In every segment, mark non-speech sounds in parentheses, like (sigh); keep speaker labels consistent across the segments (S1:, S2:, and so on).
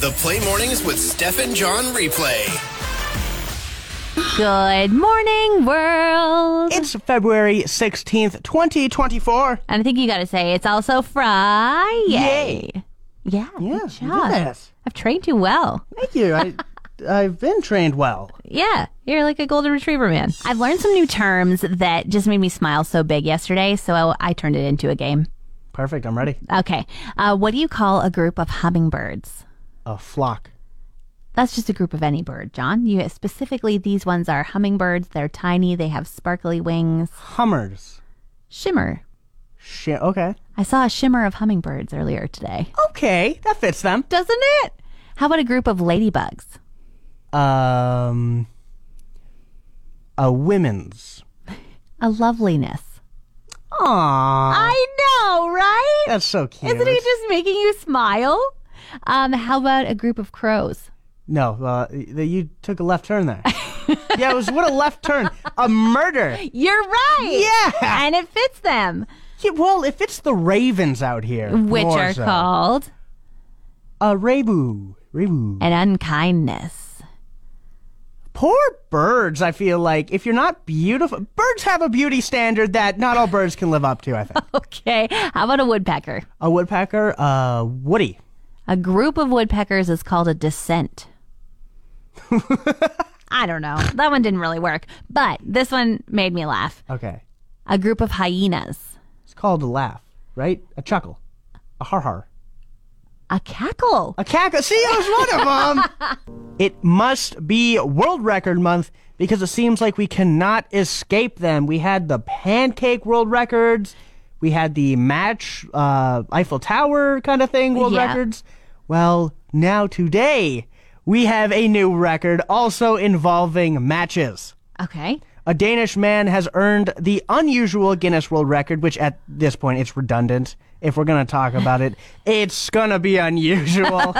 S1: The Play Mornings with Steph and John replay.
S2: Good morning, world.
S3: It's February 16th, 2024.
S2: And I think you got to say it's also Friday.
S3: Yay.
S2: Yeah.
S3: Yeah,
S2: Good
S3: you
S2: job.
S3: did it.
S2: I've trained you well.
S3: Thank you. I, I've been trained well.
S2: Yeah. You're like a golden retriever man. I've learned some new terms that just made me smile so big yesterday, so I, I turned it into a game.
S3: Perfect. I'm ready.
S2: Okay. Uh, what do you call a group of hummingbirds?
S3: A flock.
S2: That's just a group of any bird, John. You specifically these ones are hummingbirds. They're tiny. They have sparkly wings.
S3: Hummers.
S2: Shimmer.
S3: Shit. Okay.
S2: I saw a shimmer of hummingbirds earlier today.
S3: Okay. That fits them.
S2: doesn't it? How about a group of ladybugs?
S3: Um, a women's.
S2: A loveliness.
S3: Aww.
S2: I know, right?
S3: That's so cute.
S2: Isn't it just making you smile? Um, how about a group of crows?
S3: No, uh, y- you took a left turn there. (laughs) yeah, it was what a left turn. A murder.
S2: You're right.
S3: Yeah.
S2: And it fits them,
S3: Yeah, well, if it's the ravens out here,
S2: which
S3: more
S2: are
S3: so.
S2: called
S3: a rabu. Rabu.
S2: an unkindness.
S3: Poor birds, I feel like. If you're not beautiful, birds have a beauty standard that not all birds can live up to, I think.
S2: Okay. How about a woodpecker?
S3: a woodpecker, uh, Woody.
S2: A group of woodpeckers is called a
S3: (laughs)
S2: descent. I don't know. That one didn't really work, but this one made me laugh.
S3: Okay.
S2: A group of hyenas.
S3: It's called a laugh, right? A chuckle. A har har.
S2: A cackle.
S3: A cackle. See, I was one of them. it must be World Record Month because it seems like we cannot escape them. We had the pancake world records, we had the match uh, Eiffel Tower kind of thing world
S2: Yeah.
S3: records. Well, now today we have a new record also involving matches.
S2: Okay.
S3: A Danish man has earned the unusual Guinness World Record, which at this point it's redundant. If we're going to talk about it, it's going to be unusual.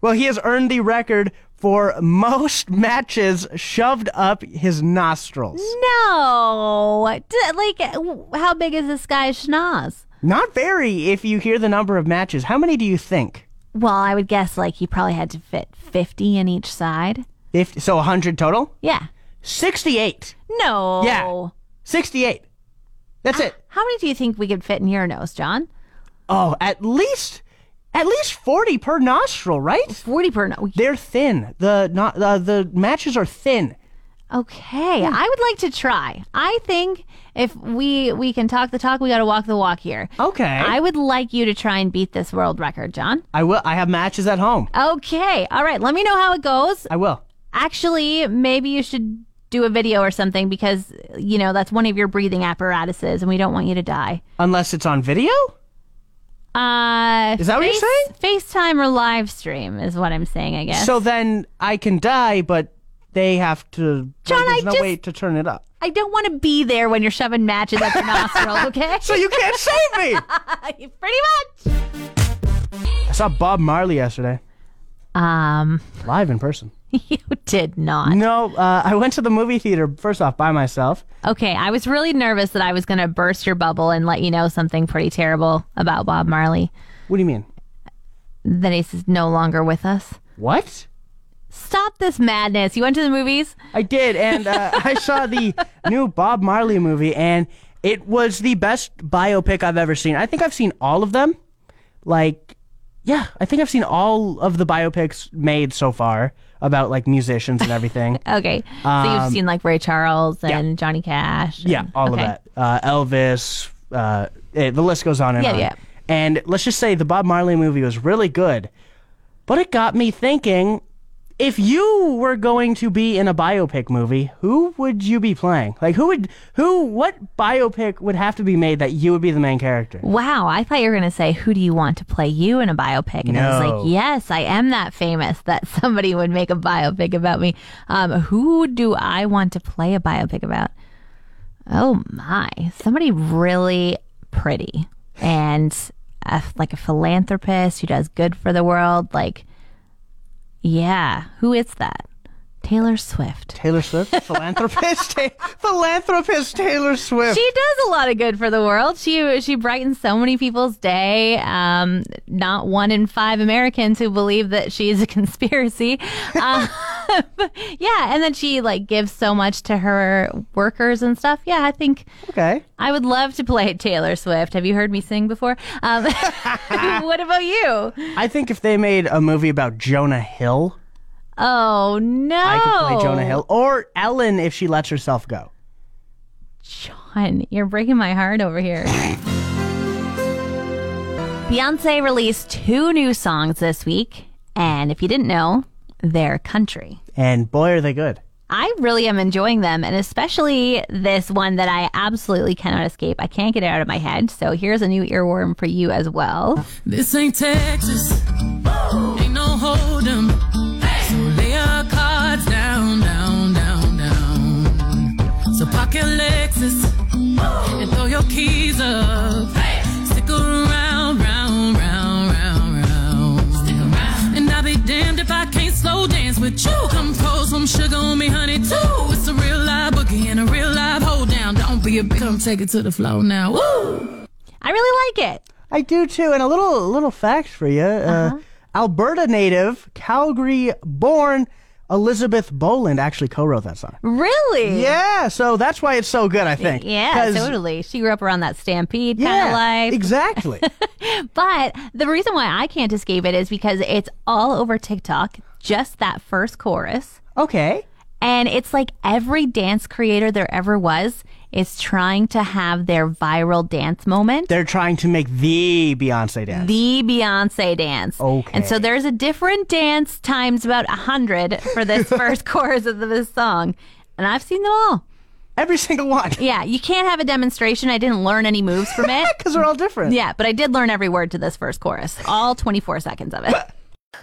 S3: well, he has earned the record for most matches shoved up his nostrils.
S2: No. D- like, w- how big is this guy's schnoz?
S3: Not very if you hear the number of matches. How many do you think?
S2: Well, I would guess like he probably had to fit 50 in each side.
S3: 50, so 100 total?
S2: Yeah.
S3: 68.
S2: No.
S3: Yeah. 68. That's it.
S2: How many do you think we could fit in your nose, John?
S3: Oh, at least at least 40 per nostril, right?
S2: 40 per nose.
S3: They're thin. The not uh, the matches are thin.
S2: Okay. I would like to try. I think if we we can talk the talk, we got to walk the walk here.
S3: Okay.
S2: I
S3: I,
S2: would like you to try and beat this world record, John.
S3: will. I have matches at home.
S2: Okay. All right. Let me know how it goes.
S3: I will.
S2: actually maybe you should do a video or something because you know that's one of your breathing apparatuses and we don't want you to die
S3: Unless it's on video.
S2: uh
S3: Is that what you're
S2: facetime or live stream is what i'm saying i guess
S3: So then I can die, but they have to.
S2: John,
S3: there's
S2: I
S3: no
S2: just-
S3: way to turn it up.
S2: i don't want to be there when you're shoving matches up your
S3: (laughs)
S2: nostrils okay
S3: So you can't (laughs) save me.
S2: (laughs) pretty much (laughs)
S3: I saw Bob Marley yesterday,
S2: um
S3: live in person.
S2: you did not
S3: No, uh, I went to the movie theater first off by myself.
S2: okay i was really nervous that i was gonna burst your bubble and let you know something pretty terrible about bob marley
S3: What do you mean?
S2: that he's no longer with us
S3: What?
S2: stop this madness you went to the movies
S3: I did, and uh, I saw the new Bob Marley movie, and it was the best biopic I've ever seen. I think I've seen all of them. Like, yeah, I think I've seen all of the biopics made so far about like musicians and everything.
S2: Okay. so you've seen like Ray Charles and Johnny Cash. and-
S3: Um, yeah, all
S2: okay.
S3: of that. Uh, Elvis, uh, eh, the list goes on and
S2: Yeah,
S3: on.
S2: yeah.
S3: And let's just say the Bob Marley movie was really good, but it got me thinking. If you were going to be in a biopic movie, who would you be playing? Like, who would, who, what biopic would have to be made that you would be the main character?
S2: Wow. I thought you were going to say, who do you want to play you in a biopic? And I was
S3: No.
S2: like, yes, I am that famous that (laughs) somebody would make a biopic about me. Um, who do I want to play a biopic about? Oh my. Somebody really pretty and a, like a philanthropist who does good for the world. Like, yeah. Who is that? Taylor Swift.
S3: Taylor Swift, (laughs) philanthropist, ta- philanthropist Taylor Swift.
S2: She does a lot of good for the world. She she brightens so many people's day. Um, not one in five Americans who believe that she is a (laughs) conspiracy. Uh, yeah, and then she like gives so much to her workers and stuff. Yeah, I think
S3: okay.
S2: I would love to play Taylor Swift. Have you heard me sing before? Um, (laughs) what about you?
S3: I think if they made a movie about Jonah Hill,
S2: Oh no!
S3: I could play
S2: Oh.
S3: Jonah Hill or Ellen if she lets herself go.
S2: John, you're breaking my heart over here. Beyonce released two new songs this week, and if you didn't know, they're country.
S3: And boy, are they good.
S2: I really am enjoying them, and especially this one that I absolutely cannot escape. I can't get it out of my head. So here's a new earworm for you as well.
S4: This ain't Texas. Ain't no hold 'em. So lay our cards down, down, down, down. So park your Lexus and throw your keys up. Stick around, round, round, round, round. And I'll be damned if I can't slow dance with you. Come pour some sugar on me, honey, too. It's a real live boogie and a real live hold down. Don't be a bitch. Come take it to the floor now. Woo!
S2: I really like it.
S3: I do too. And a little little fact for you:
S2: Uh-huh.
S3: uh, Alberta native, Calgary-born Elizabeth Boland actually co-wrote that song.
S2: Really?
S3: Yeah, so that's why it's so good. I think.
S2: Yeah,
S3: 'Cause-
S2: totally. She grew up around that stampede kind
S3: Yeah,
S2: of life. (laughs)
S3: exactly.
S2: But the reason why I can't escape it is because it's all over TikTok, just that first chorus.
S3: okay.
S2: And it's like every dance creator there ever was is trying to have their viral dance moment.
S3: They're trying to make the Beyonce dance.
S2: the Beyonce dance.
S3: Okay.
S2: And so there's a different dance times about a 100 for this first chorus of this song. And I've seen them all.
S3: Every
S2: (laughs)
S3: single one. (laughs)
S2: Yeah, you can't have a demonstration. I didn't learn any moves from it.
S3: Because they're all different.
S2: Yeah, but I did learn every word to this first chorus, all 24 seconds of it.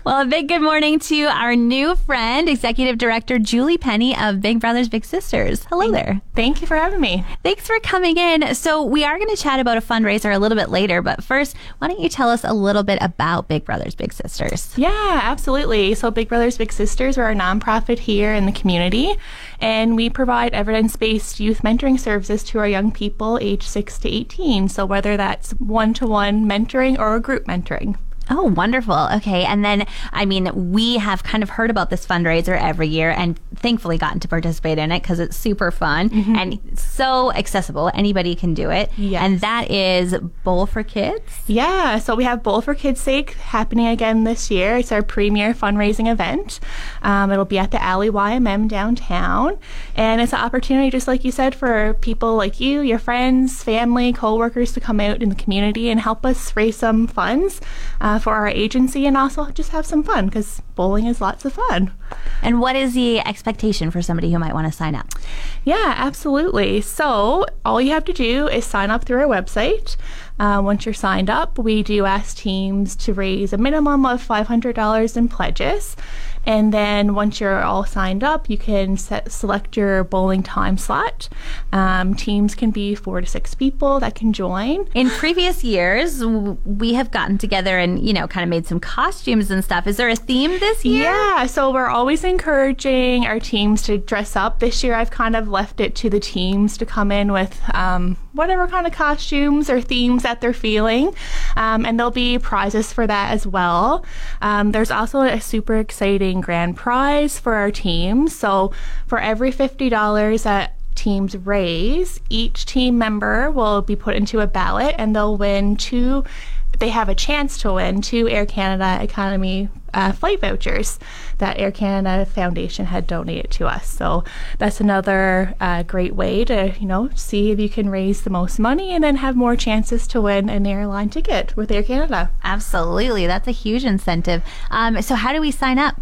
S2: Well, a big good morning to our new friend, Executive Director Julie Penny of Big Brothers Big Sisters. Hello there.
S5: Thank you for having me.
S2: Thanks for coming in. So, we are going to chat about a fundraiser a little bit later, but first, why don't you tell us a little bit about Big Brothers Big Sisters?
S5: Yeah, absolutely. So, Big Brothers Big Sisters, we're a nonprofit here in the community, and we provide evidence based youth mentoring services to our young people aged 6 to 18. So, whether that's one to one mentoring or group mentoring.
S2: Oh, wonderful. Okay. And then, I mean, we have kind of heard about this fundraiser every year and thankfully gotten to participate in it because it's super fun
S5: Mm-hmm.
S2: and so accessible. Anybody can do it.
S5: Yes.
S2: And that is Bowl for Kids.
S5: Yeah, so we have Bowl for Kids' Sake happening again this year. It's our premier fundraising event. Um, it'll be at the Alley YMM downtown. And it's an opportunity, just like you said, for people like you, your friends, family, co workers to come out in the community and help us raise some funds uh, for our agency and also just have some fun because bowling is lots of fun.
S2: And what is the expectation for somebody who might want to sign up?
S5: Yeah, absolutely. So, all you have to do is sign up through our website. Uh, once you're signed up, we do ask teams to raise a minimum of $500 in pledges. And then, once you're all signed up, you can set, select your bowling time slot. Um, teams can be four to six people that can join. (sighs)
S2: In previous years, w- we have gotten together and, you know, kind of made some costumes and stuff. Is there a theme this year?
S5: Yeah, so we're always encouraging our teams to dress up. This year, I've kind of left it to the teams to come in with um, whatever kind of costumes or themes that they're feeling, um, and there'll be prizes for that as well. Um, there's also a super exciting grand prize for our teams. So for every fifty dollars that teams raise, each team member will be put into a ballot, and they'll win two they have a chance to win two Air Canada economy uh, flight vouchers that Air Canada Foundation had donated to us. So that's another uh, great way to you know see if you can raise the most money and then have more chances to win an airline ticket with Air Canada.
S2: Absolutely. That's a huge incentive. Um, so, how do we sign up?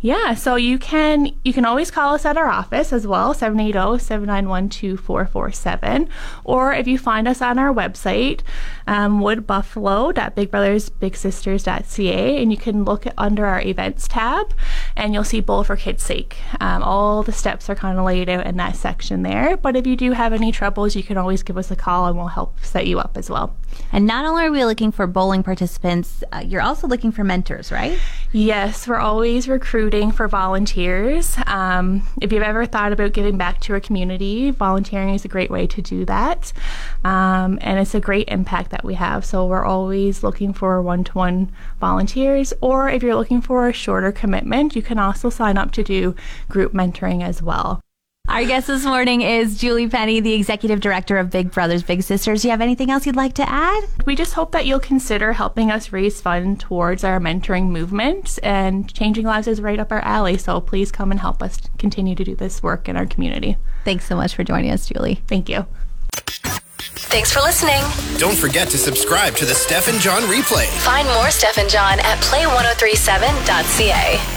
S5: Yeah, so you can you can always call us at our office as well, 780-791-2447. Or if you find us on our website, um, woodbuffalo.bigbrothersbigsisters.ca, and you can look under our events tab, and you'll see Bowl for Kids' Sake. Um, all the steps are kind of laid out in that section there. But if you do have any troubles, you can always give us a call, and we'll help set you up as well.
S2: And not only are we looking for bowling participants, uh, you're also looking for mentors, right?
S5: Yes, we're always recruiting for volunteers. Um, if you've ever thought about giving back to your community, volunteering is a great way to do that. Um, and it's a great impact that we have. So we're always looking for one to one volunteers. Or if you're looking for a shorter commitment, you can also sign up to do group mentoring as well.
S2: Our guest this morning is Julie Penny, the executive director of Big Brothers Big Sisters. Do you have anything else you'd like to add?
S5: We just hope that you'll consider helping us raise funds towards our mentoring movement and changing lives is right up our alley. So please come and help us continue to do this work in our community.
S2: Thanks so much for joining us, Julie.
S5: Thank you.
S6: Thanks for listening.
S1: Don't forget to subscribe to the Steph and John replay.
S6: Find more Steph and John at play1037.ca.